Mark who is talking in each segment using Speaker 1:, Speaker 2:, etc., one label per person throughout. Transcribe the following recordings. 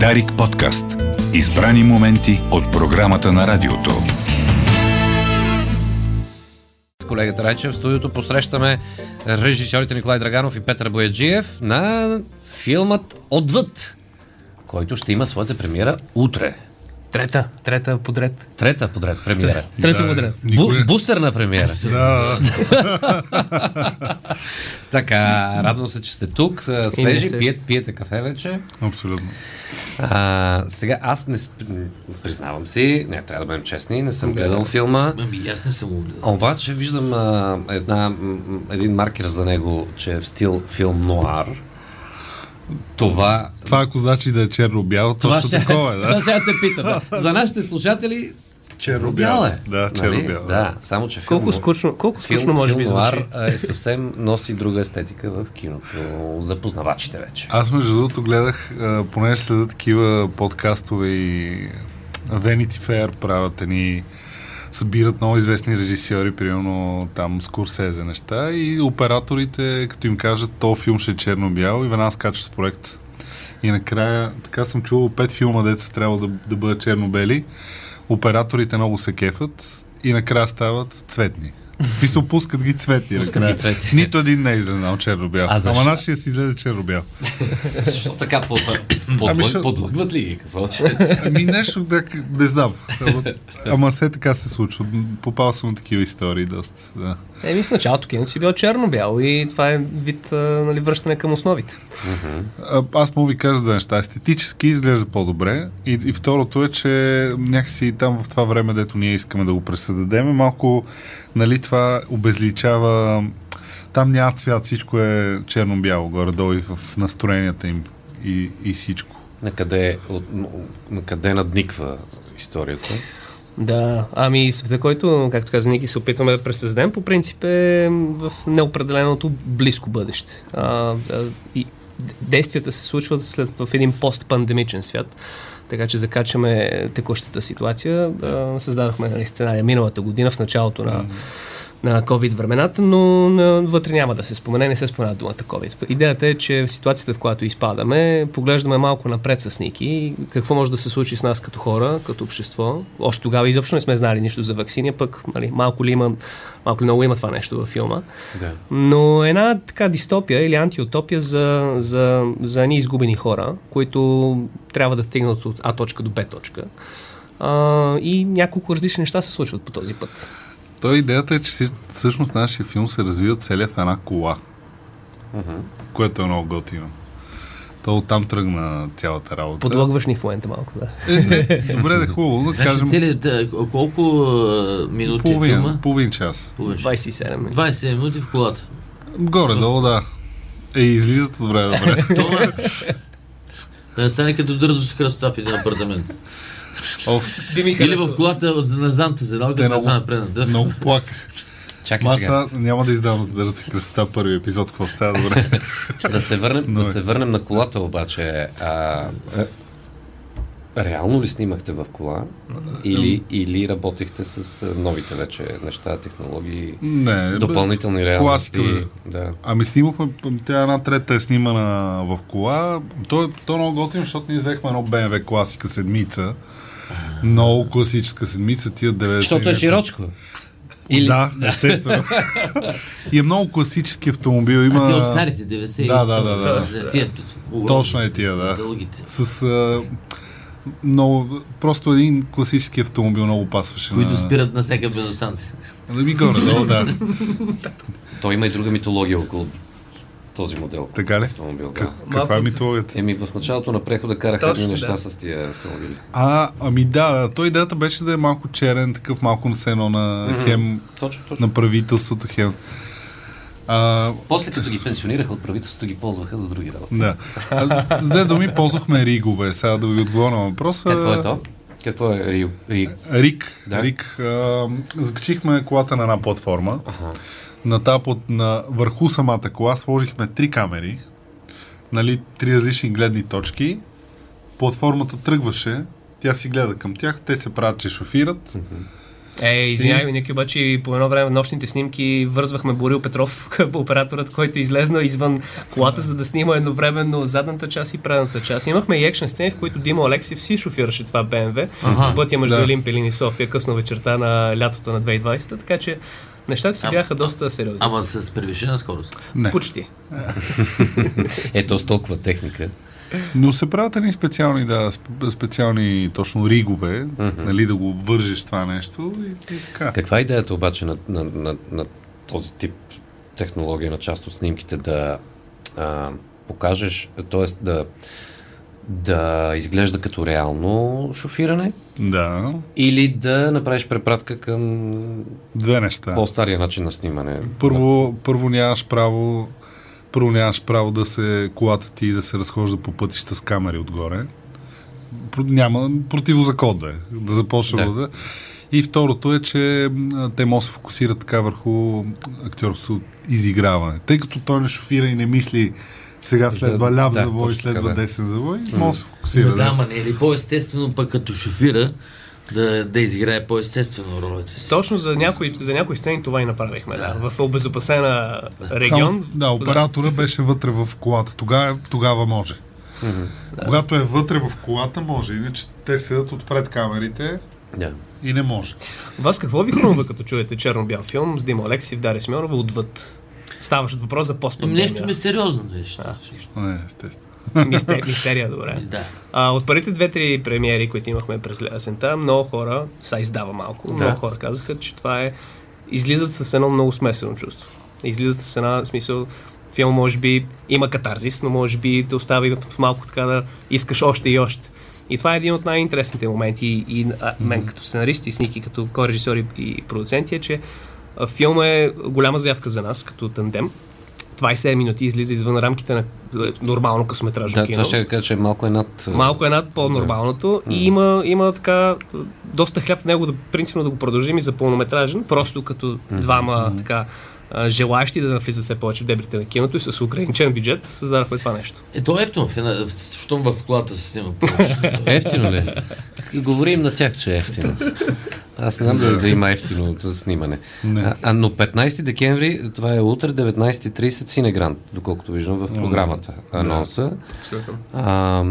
Speaker 1: Дарик подкаст. Избрани моменти от програмата на радиото.
Speaker 2: С колегата Райчев в студиото посрещаме режисьорите Николай Драганов и Петър Бояджиев на филмът Отвъд, който ще има своята премиера утре.
Speaker 3: Трета, трета подред.
Speaker 2: Трета подред премиера.
Speaker 3: Трета подред.
Speaker 2: Бу- бустерна премиера.
Speaker 4: Да,
Speaker 2: Така, радвам се, че сте тук. А,
Speaker 3: не
Speaker 2: Свежи,
Speaker 3: се-
Speaker 2: пиете, пиете кафе вече.
Speaker 4: абсолютно.
Speaker 2: А, сега, аз не... сп- м, Признавам си, не, трябва да бъдем честни, не съм гледал филма.
Speaker 5: Ами аз не съм го гледал.
Speaker 2: А Обаче виждам а, една, м, м, един маркер за него, че е в стил филм нуар. Това
Speaker 4: Това ако значи да е черно-бяло,
Speaker 2: Това
Speaker 4: точно такова е, да.
Speaker 2: това сега те питам. За нашите слушатели черно-бял е.
Speaker 4: Да, черно-бял,
Speaker 2: Да, само че филм,
Speaker 3: Колко скучно, колко
Speaker 2: филм,
Speaker 3: скучно може
Speaker 2: филм
Speaker 3: би звучи.
Speaker 2: нуар а, е съвсем носи друга естетика в киното за познавачите вече.
Speaker 4: Аз между другото гледах, а, понеже следа такива подкастове и Vanity Fair правят ни събират много известни режисьори, примерно там с Курсезе неща и операторите, като им кажат, то филм ще е черно-бял и веднага скачат с проект. И накрая, така съм чувал, пет филма деца трябва да, да бъдат черно-бели. Операторите много се кефат и накрая стават цветни. И се опускат ги цветни. накрая.
Speaker 2: цветни.
Speaker 4: Нито един не е излезнал черно-бял.
Speaker 2: А защо?
Speaker 4: Ама нашия си излезе черно-бял.
Speaker 2: Защо така подлъ- подлъг-
Speaker 4: Ами шо-
Speaker 2: подлъгват ли ги? Какво че?
Speaker 4: Ами нещо, да, не знам. Ама, ама все така се случва. Попал съм на такива истории доста. Да.
Speaker 3: Еми в началото киното си бил черно-бяло и това е вид а, нали, връщане към основите.
Speaker 4: А, аз му ви кажа две неща. Естетически изглежда по-добре. И, и второто е, че някакси там в това време, дето ние искаме да го пресъздадем, малко нали, това обезличава... Там няма цвят, всичко е черно-бяло, горе-долу и в настроенията им и, и всичко.
Speaker 2: На къде, е от, м- на къде надниква историята?
Speaker 3: Да, ами света, който, както каза Ники, се опитваме да пресъздадем, по принцип е в неопределеното близко бъдеще. А, а, и действията се случват след, в един постпандемичен свят, така че закачаме текущата ситуация. А, създадохме нали, сценария миналата година, в началото на, на COVID времената, но на, вътре няма да се спомене, не се спомена думата COVID. Идеята е, че в ситуацията, в която изпадаме, поглеждаме малко напред с Ники, какво може да се случи с нас като хора, като общество. Още тогава изобщо не сме знали нищо за ваксини, пък нали, малко ли има, малко ли много има това нещо във филма.
Speaker 2: Да.
Speaker 3: Но една така дистопия или антиутопия за, за, за едни изгубени хора, които трябва да стигнат от А точка до Б точка. А, и няколко различни неща се случват по този път.
Speaker 4: Той идеята е, че си, всъщност нашия филм се развива целия в една кола. Uh-huh. Което е много готино. То оттам тръгна цялата работа.
Speaker 3: Подлъгваш ни в момента малко, да.
Speaker 4: Е, не, добре, да е хубаво, да
Speaker 5: Значи
Speaker 4: кажем
Speaker 5: цели, да, колко а, минути е
Speaker 4: половин,
Speaker 5: филма?
Speaker 4: половин час.
Speaker 5: Половин.
Speaker 3: 27 минути.
Speaker 5: 27 минути в колата.
Speaker 4: Горе-долу, да. Е, излизат от време на време.
Speaker 5: Това е- да не стане като дързо с кръста в един апартамент.
Speaker 4: Оф,
Speaker 3: Би ми
Speaker 5: Или в колата от на задната седалка,
Speaker 4: Те
Speaker 5: след
Speaker 4: много-
Speaker 5: това напред. Да.
Speaker 4: много плак.
Speaker 2: Чакай сега.
Speaker 4: Маса няма да издавам за да се кръста първи епизод, какво става добре.
Speaker 2: Да се върнем, да
Speaker 4: Но е.
Speaker 2: се върнем на колата обаче. А, е, реално ли снимахте в кола? Или, или работихте с а, новите вече неща, технологии,
Speaker 4: Не, бе,
Speaker 2: допълнителни реалности?
Speaker 4: класика, бе.
Speaker 2: да.
Speaker 4: Ами снимахме, тя една трета е снимана в кола. То, е- то е много готино, защото ние взехме едно BMW класика седмица. Много класическа седмица, тия 90.
Speaker 2: Защото е широчко.
Speaker 4: Или... Да, естествено. и е много класически автомобил. Има...
Speaker 5: Ти от старите 90
Speaker 4: Да, да, да, да.
Speaker 5: Тия, огромни,
Speaker 4: Точно е тия, да.
Speaker 5: Дългите.
Speaker 4: С а, много, просто един класически автомобил много пасваше.
Speaker 5: Които
Speaker 4: на...
Speaker 5: спират на всяка бензостанция.
Speaker 4: Да ми горе, долу, да.
Speaker 2: Той има и друга митология около този модел.
Speaker 4: Така ли?
Speaker 2: Автомобил, да.
Speaker 4: Как, каква е
Speaker 3: от-
Speaker 4: митологията?
Speaker 2: Еми, в началото на прехода караха
Speaker 3: Точно,
Speaker 2: едни неща
Speaker 3: да.
Speaker 2: с тия автомобили.
Speaker 4: А, ами да, да, той идеята беше да е малко черен, такъв малко насено на хем
Speaker 2: Точно, точно.
Speaker 4: на правителството хем. А,
Speaker 2: После като ги пенсионираха от правителството, ги ползваха за други работи.
Speaker 4: да. А, с две думи ползвахме ригове, сега да ви отговоря на въпроса.
Speaker 2: Какво е то? Какво е Рио? Рио?
Speaker 4: Рик.
Speaker 2: Да.
Speaker 4: Да. Рик. А, закачихме колата на една платформа. На тапот, на, върху самата кола сложихме три камери, нали, три различни гледни точки. Платформата тръгваше, тя си гледа към тях, те се правят, че шофират.
Speaker 3: Е, извинявай, Ники, обаче и по едно време в нощните снимки вързвахме Борил Петров, операторът, който е излезнал извън колата, за да снима едновременно задната част и предната част. Имахме и екшен сцени, в които Дима Алексиев си шофираше това БМВ
Speaker 5: Аха,
Speaker 3: по пътя между
Speaker 4: да.
Speaker 3: Елин Пелин и София, късно вечерта на лятото на 2020, така че нещата си
Speaker 5: Ама-
Speaker 3: бяха доста сериозни.
Speaker 5: Ама с превишена скорост.
Speaker 4: Не.
Speaker 3: Почти.
Speaker 2: Ето с толкова техника.
Speaker 4: Но се правят едни специални, да, сп- специални точно ригове, mm-hmm. нали, да го обвържеш това нещо и, и така.
Speaker 2: Каква е идеята обаче на, на, на, на този тип технология на част от снимките да а, покажеш, т.е. да да изглежда като реално шофиране
Speaker 4: Да,
Speaker 2: или да направиш препратка към
Speaker 4: две неща.
Speaker 2: по-стария начин на снимане.
Speaker 4: Първо, първо нямаш право първо нямаш право да се колата ти да се разхожда по пътища с камери отгоре. Про- Няма противозакон да е, да започне
Speaker 2: Да.
Speaker 4: да. да. И второто е, че м, те могат да се фокусират така върху актьорското изиграване. Тъй като той не шофира и не мисли сега следва
Speaker 2: За-
Speaker 4: ляв
Speaker 2: да,
Speaker 4: завой,
Speaker 2: точно така,
Speaker 4: следва
Speaker 2: да.
Speaker 4: десен завой, може да се
Speaker 5: Да,
Speaker 4: фокусира.
Speaker 5: да, ама не е ли по-естествено пък като шофира да, да изиграе по-естествено ролята си?
Speaker 3: Точно за някои, за някои сцени това и направихме, да. В обезопасена регион.
Speaker 4: Само, да, оператора беше вътре в колата. Тогава, тогава може. Когато е вътре в колата, може. Иначе те седят отпред камерите
Speaker 2: Да.
Speaker 4: и не може.
Speaker 3: Вас какво ви хрумва, като чуете черно-бял филм с Дима Алексиев, Дарья Симеонова отвъд? Ставаше въпрос за
Speaker 5: Ами
Speaker 3: постпандемия.
Speaker 5: Нещо мистериозно нещо.
Speaker 4: Не, естествено.
Speaker 3: Мисте, мистерия, добре.
Speaker 5: Да.
Speaker 3: А, от първите две-три премиери, които имахме през есента, много хора, са издава малко, да. много хора казаха, че това е... Излизат с едно много смесено чувство. Излизат с една в смисъл... Филм може би има катарзис, но може би да остави малко така да искаш още и още. И това е един от най-интересните моменти и, и а, мен като сценарист и с Ники като корежисьор и, и продуцент е, че а, филма е голяма заявка за нас като тандем. 27 минути излиза извън рамките на е, нормално късометражно
Speaker 2: Да,
Speaker 3: кино.
Speaker 2: това ще кажа, че е малко е над...
Speaker 3: Малко е над по-нормалното и има, има така е, доста хляб в него, да, принципно да го продължим и за пълнометражен, просто като двама така е, желаящи да навлизат все повече в дебрите на киното и с ограничен бюджет създадахме това нещо.
Speaker 5: Е, то е ефтино, в една- в- щом в колата се снима повече.
Speaker 2: Ефтино ли? е? Говорим на тях, че е ефтино. Аз не знам да, да има ефтино за снимане. А, а, но 15 декември, това е утре, 19.30 Синегрант, доколкото виждам в програмата анонса. А,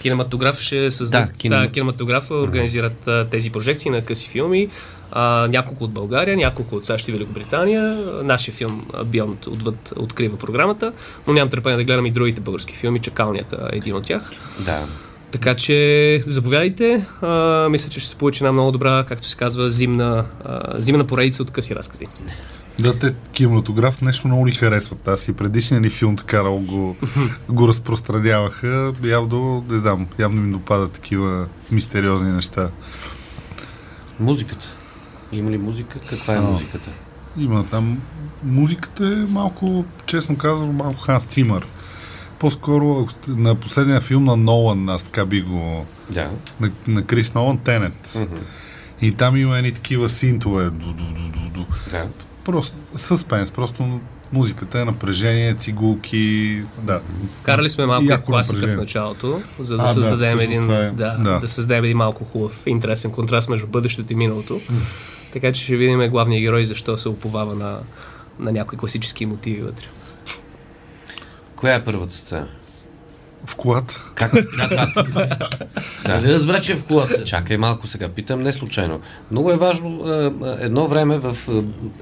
Speaker 3: Кинематограф ще създадат, да,
Speaker 2: Да, кинем-
Speaker 3: кинематографа организират а, тези прожекции на къси филми, а, няколко от България, няколко от САЩ и Великобритания. Нашия филм а, Beyond отвъд открива програмата, но нямам търпение да гледам и другите български филми, Чакалнията е един от тях.
Speaker 2: да.
Speaker 3: Така че заповядайте. А, мисля, че ще се получи една много добра, както се казва, зимна, а, зимна поредица от къси разкази.
Speaker 4: Да, те кинематограф нещо много ни харесват. Аз и предишния ни филм така много го, го разпространяваха. Явно, не знам, явно ми допадат такива мистериозни неща.
Speaker 2: Музиката. Има ли музика? Каква е музиката?
Speaker 4: Има там. Музиката е малко, честно казвам, малко Ханс Цимър. По-скоро ако сте- на последния филм на Нолан, аз така би го...
Speaker 2: Да.
Speaker 4: На, на Крис Нолан, Тенет. И там има едни такива синтове. Ду, ду, ду, ду, ду.
Speaker 2: да.
Speaker 4: Просто съспенс, просто музиката е напрежение, цигулки, да.
Speaker 3: Карали сме малко
Speaker 4: Яко
Speaker 3: класика в
Speaker 4: напрежение.
Speaker 3: началото, за да
Speaker 4: А, да,
Speaker 3: създадем
Speaker 4: всъщност
Speaker 3: един,
Speaker 4: това е.
Speaker 3: да, да.
Speaker 4: Да.
Speaker 3: създадем един малко хубав, интересен контраст между бъдещето и миналото. така че ще видим главния герой защо се уповава на, на някои класически мотиви вътре.
Speaker 2: Коя е първата сцена?
Speaker 4: В колата.
Speaker 2: Как?
Speaker 5: Нали разбра, че е в колата?
Speaker 2: Чакай малко сега, питам не случайно. Много е важно, а, а, едно време в... а,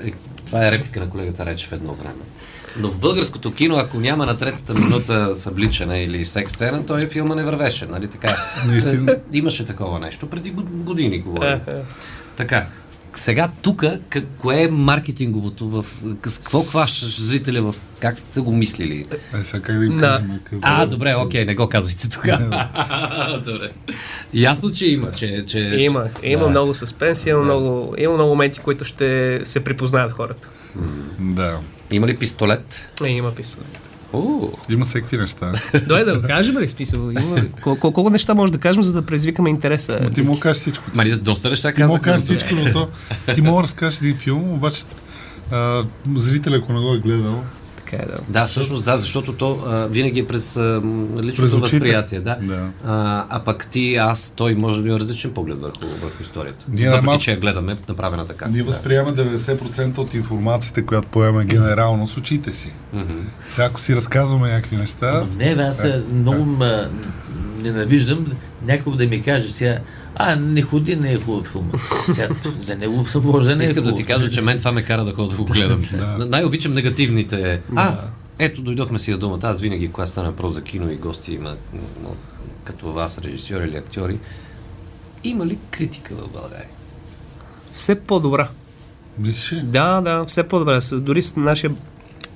Speaker 2: е, Това е реплика на колегата Речев едно време. Но в българското кино, ако няма на третата минута събличане или секс сцена, той филма не вървеше, нали така?
Speaker 4: Наистина.
Speaker 2: Е, Имаше такова нещо, преди год- години
Speaker 3: Е,
Speaker 2: говорим. така, сега тук, кое е маркетинговото, в, с какво хващаш зрителя, в, как сте го мислили?
Speaker 4: Е, сега как да им
Speaker 3: Да.
Speaker 4: кажем? Какво...
Speaker 2: А, добре, окей, не го казвайте тогава. добре. Ясно, че има, че... че
Speaker 4: Е,
Speaker 3: Е, Има, има
Speaker 2: да.
Speaker 3: много съспенс, има, много, има много моменти, които ще се припознаят хората.
Speaker 4: Да.
Speaker 2: Има ли пистолет?
Speaker 3: Не, Е, има писано.
Speaker 2: У,
Speaker 4: Има всеки неща.
Speaker 3: Дойде да го кажем ли списъл? Има... ли? Кол- кол- колко неща може да кажем, за да предизвикаме интереса?
Speaker 4: Ти му кажеш всичко.
Speaker 2: Мари, доста неща
Speaker 4: Ти мога
Speaker 2: казах.
Speaker 4: да кажеш
Speaker 2: но-
Speaker 4: всичко, но то... Ти мога да разкажеш един филм, обаче а, зрителя, ако не го е гледал,
Speaker 3: така е, да.
Speaker 2: Да, всъщност да, защото то а, винаги е през а, м, личното
Speaker 4: През
Speaker 2: през
Speaker 4: очите.
Speaker 2: възприятие. Да.
Speaker 4: Да.
Speaker 2: А, а пък ти, аз, той може да има различен поглед върху, върху историята.
Speaker 4: Ние
Speaker 2: Ние Въпреки,
Speaker 4: най-малко-
Speaker 2: че я гледаме направена така.
Speaker 4: Ние
Speaker 2: да.
Speaker 4: възприемаме 90% от информацията, която поемаме генерално с очите си. Mm-hmm. Сега ако си разказваме някакви неща,
Speaker 5: Ами Не, бе, аз се много ма, ненавиждам някой да ми каже сега, а, не ходи, не е хубав филм. Сега, за него може да не е
Speaker 2: Искам да ти
Speaker 5: хубав.
Speaker 2: кажа, че мен това ме кара да ходя да го гледам. да. Най-обичам негативните. А, ето, дойдохме си до думата. Аз винаги, когато стана въпрос за кино и гости, има, м, м, като вас, режисьори или актьори, има ли критика в България?
Speaker 3: Все по-добра.
Speaker 4: мислиш ли?
Speaker 3: Да, да, все по-добре. С, дори с нашия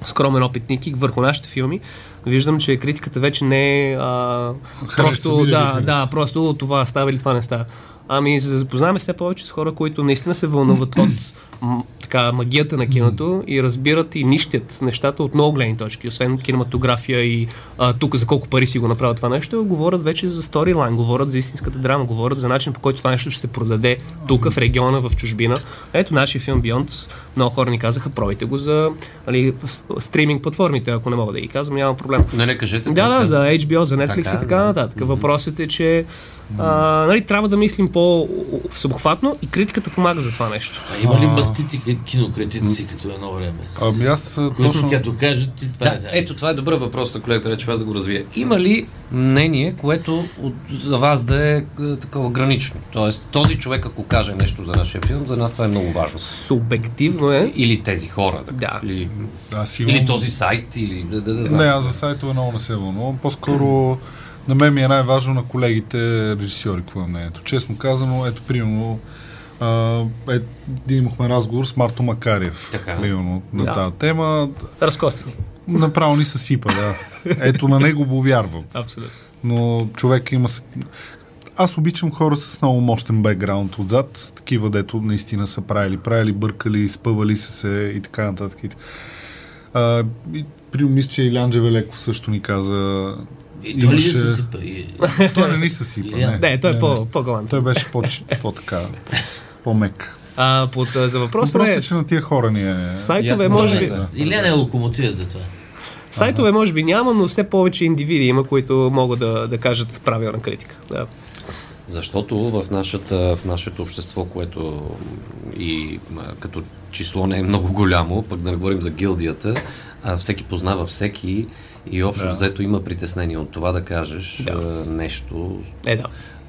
Speaker 3: скромен опит, Ники, върху нашите филми, виждам, че критиката вече не е а,
Speaker 4: ми
Speaker 3: просто,
Speaker 4: или не
Speaker 3: да,
Speaker 4: харесва?
Speaker 3: да, просто това става или това не става. Ами, се запознаваме все повече с хора, които наистина се вълнуват от м, така, магията на киното и разбират и нищят нещата от много гледни точки, освен кинематография и а, тук за колко пари си го направят това нещо, говорят вече за сторилайн, говорят за истинската драма, говорят за начин по който това нещо ще се продаде тук, в региона, в чужбина. Ето нашия филм Beyond, много хора ни казаха, пробайте го за нали, с- стриминг платформите, ако не мога да ги казвам, няма проблем.
Speaker 2: Не, не кажете.
Speaker 3: Да,
Speaker 2: това.
Speaker 3: да, за HBO, за Netflix
Speaker 2: Така,
Speaker 3: и така
Speaker 2: да.
Speaker 3: нататък. Въпросът е, че а, нали, трябва да мислим по-всъобхватно и критиката помага за това нещо.
Speaker 5: А има ли мастити кри- кинокритици като едно време?
Speaker 4: Ами аз а,
Speaker 5: Точно
Speaker 4: точно...
Speaker 5: като кажат ти това
Speaker 2: Да, ето това е добър въпрос на колегата Речева, аз да го развия. Има ли мнение, което от, за вас да е, е такова гранично? Тоест, този човек, ако каже нещо за нашия филм, за нас това е много важно.
Speaker 3: Субективно е.
Speaker 2: Или тези хора, да.
Speaker 3: Да.
Speaker 2: Или,
Speaker 4: Аз имам...
Speaker 2: или този сайт, или да, да, да знам.
Speaker 4: Не, аз за сайтове много не се вълнувам. По-скоро на мен ми е най-важно на колегите режисьори, какво е мнението. Честно казано, ето примерно а, е, ние имахме разговор с Марто Макариев
Speaker 2: Така.
Speaker 4: примерно, на
Speaker 3: Да.
Speaker 4: тази тема.
Speaker 3: Разкостени.
Speaker 4: Направо ни се сипа, да. Ето на него го вярвам.
Speaker 3: Абсолютно.
Speaker 4: но човек има... с- Аз обичам хора с много мощен бекграунд отзад, такива, дето наистина са правили, правили, бъркали, спъвали са се и така нататък. И т- А, и, при мисля, че Илян Джевелеков също ни каза...
Speaker 5: И той ли се сипа? И...
Speaker 4: Той не ни съсипа, не.
Speaker 3: Да, е, той е
Speaker 4: Не, не.
Speaker 3: по- по-галант.
Speaker 4: Той беше по, по така, по-мек.
Speaker 3: А, под, а, за въпроса
Speaker 4: Просто,
Speaker 3: е,
Speaker 4: че на тия хора ни е...
Speaker 3: сайтове,
Speaker 2: Ясно,
Speaker 3: може
Speaker 2: да,
Speaker 3: би,
Speaker 2: да.
Speaker 5: Или не е локомотива за това.
Speaker 3: сайтове може би няма, но все повече индивиди има, които могат да, да кажат правилна критика. Да.
Speaker 2: Защото в, нашата, в нашето общество, което и м, като число не е много голямо, пък да не говорим за гилдията, а всеки познава всеки и общо взето има притеснение от това да кажеш
Speaker 3: Да.
Speaker 2: а, нещо
Speaker 3: Е, да.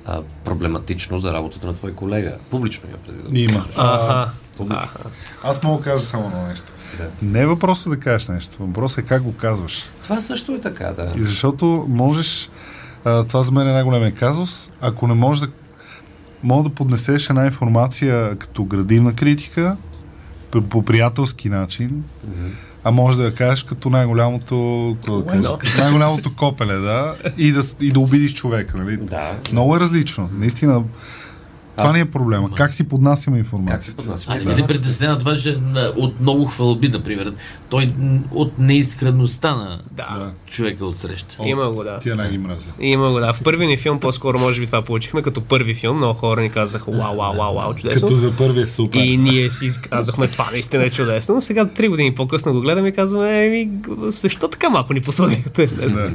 Speaker 2: а, проблематично за работата на твой колега. Публично я преди да
Speaker 4: Има.
Speaker 3: Аха.
Speaker 2: Публично.
Speaker 4: Аз мога да кажа само едно нещо. Не е въпросът да кажеш нещо, въпросът е как го казваш.
Speaker 2: Това също е така, да.
Speaker 4: И защото можеш, а, това за мен е най-големия казус, ако не можеш да, мога да поднесеш една информация като градивна критика, по, по приятелски начин, а може да я кажеш като най-голямото, какво да кажа,
Speaker 3: not?
Speaker 4: като най-голямото копеле, да, и да, с- и да обидиш човека, нали?
Speaker 2: Да.
Speaker 4: Много е различно, наистина. Това не е проблема. Как си поднасяме
Speaker 2: Как се
Speaker 4: информацията?
Speaker 2: поднася?
Speaker 5: А не бъде притеснен от това, че м, от много хвалби, например. Той м, от неискреността на
Speaker 3: Да.
Speaker 5: човека от среща.
Speaker 3: Има го, да.
Speaker 4: Тя най ги мразя.
Speaker 3: Има го, да. В първи ни филм по-скоро може би това получихме. Като първи филм много хора ни казаха вау, вау, вау, вау, чудесно.
Speaker 4: Като за първия супер.
Speaker 3: И ние си казахме, това наистина е чудесно. Но сега три години по-късно го гледаме и казваме, еми, защо така малко ни послагате?
Speaker 4: Да.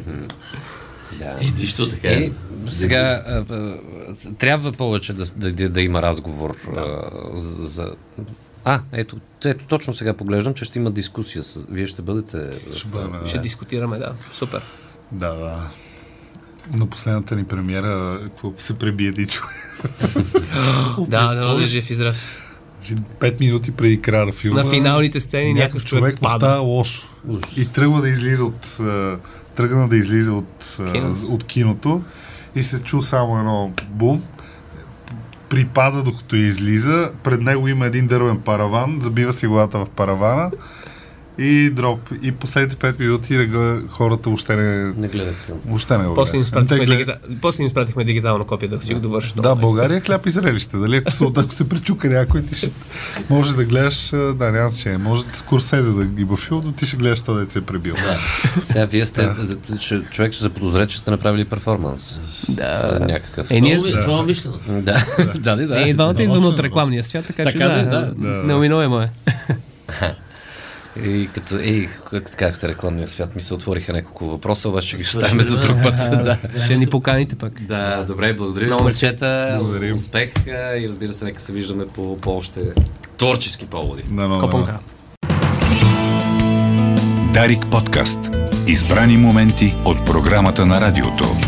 Speaker 2: Да.
Speaker 5: И нищо така.
Speaker 2: Е,
Speaker 5: Е,
Speaker 2: сега а, а, трябва повече да, да, да, да има разговор а, за- за. А, ето, ето, точно сега поглеждам, че ще има дискусия. С... Вие ще бъдете.
Speaker 4: Ще бъдем, да.
Speaker 3: Ще дискутираме, да. Супер.
Speaker 4: Да, да. На последната ни премиера какво се преби един човек.
Speaker 3: Да, да, да, жив и здрав.
Speaker 4: Значи, Пет минути преди края на филма.
Speaker 3: На финалните сцени
Speaker 4: е някакъв човек му става лошо. И тръгва да излиза от... а, Тръгна да излиза от, а,
Speaker 3: Киното.
Speaker 4: з- от киното и се чу само едно бум. Припада докато излиза. Пред него има един дървен параван. Забива си главата в паравана. И дроп. И последните 5 минути рега, хората въобще не,
Speaker 2: Не гледах филм.
Speaker 4: въобще не го
Speaker 3: После им
Speaker 4: гледат. Те
Speaker 3: спратихме,
Speaker 4: гледат-
Speaker 3: дигита... После им спратихме дигитално копие да си го довършат.
Speaker 4: Да, България е хляб и зрелище. Дали ако се, ако се пречука някой, ти ще може да гледаш, а, да, няма значение. Може да Скорсезе да ги бафил, но ти ще гледаш това дете се е пребил.
Speaker 2: Сега вие сте. да, Че, човек ще заподозре, че сте направили перформанс. Да. Някакъв.
Speaker 3: Е, ние,
Speaker 5: това, това е виждано.
Speaker 2: Да, да, да.
Speaker 3: ние
Speaker 2: да.
Speaker 3: двамата
Speaker 4: е. Да, е,
Speaker 3: идваме
Speaker 4: лошо,
Speaker 3: от рекламния свят, така,
Speaker 2: Така
Speaker 3: че
Speaker 2: да е,
Speaker 3: да,
Speaker 2: да.
Speaker 3: да, неуминуемо е.
Speaker 2: И като, ей, как казахте, рекламния свят ми се отвориха няколко въпроса, обаче ще ги оставим за друг път. да.
Speaker 3: Ще ни поканите пак.
Speaker 2: да, добре, благодаря ви,
Speaker 3: Много мерси.
Speaker 2: момчета.
Speaker 4: Благодарим.
Speaker 2: Успех а, и разбира се, нека се виждаме по, по още творчески поводи.
Speaker 4: Да, но,
Speaker 3: Копанка.
Speaker 1: Дарик подкаст. Избрани моменти от програмата на радиото.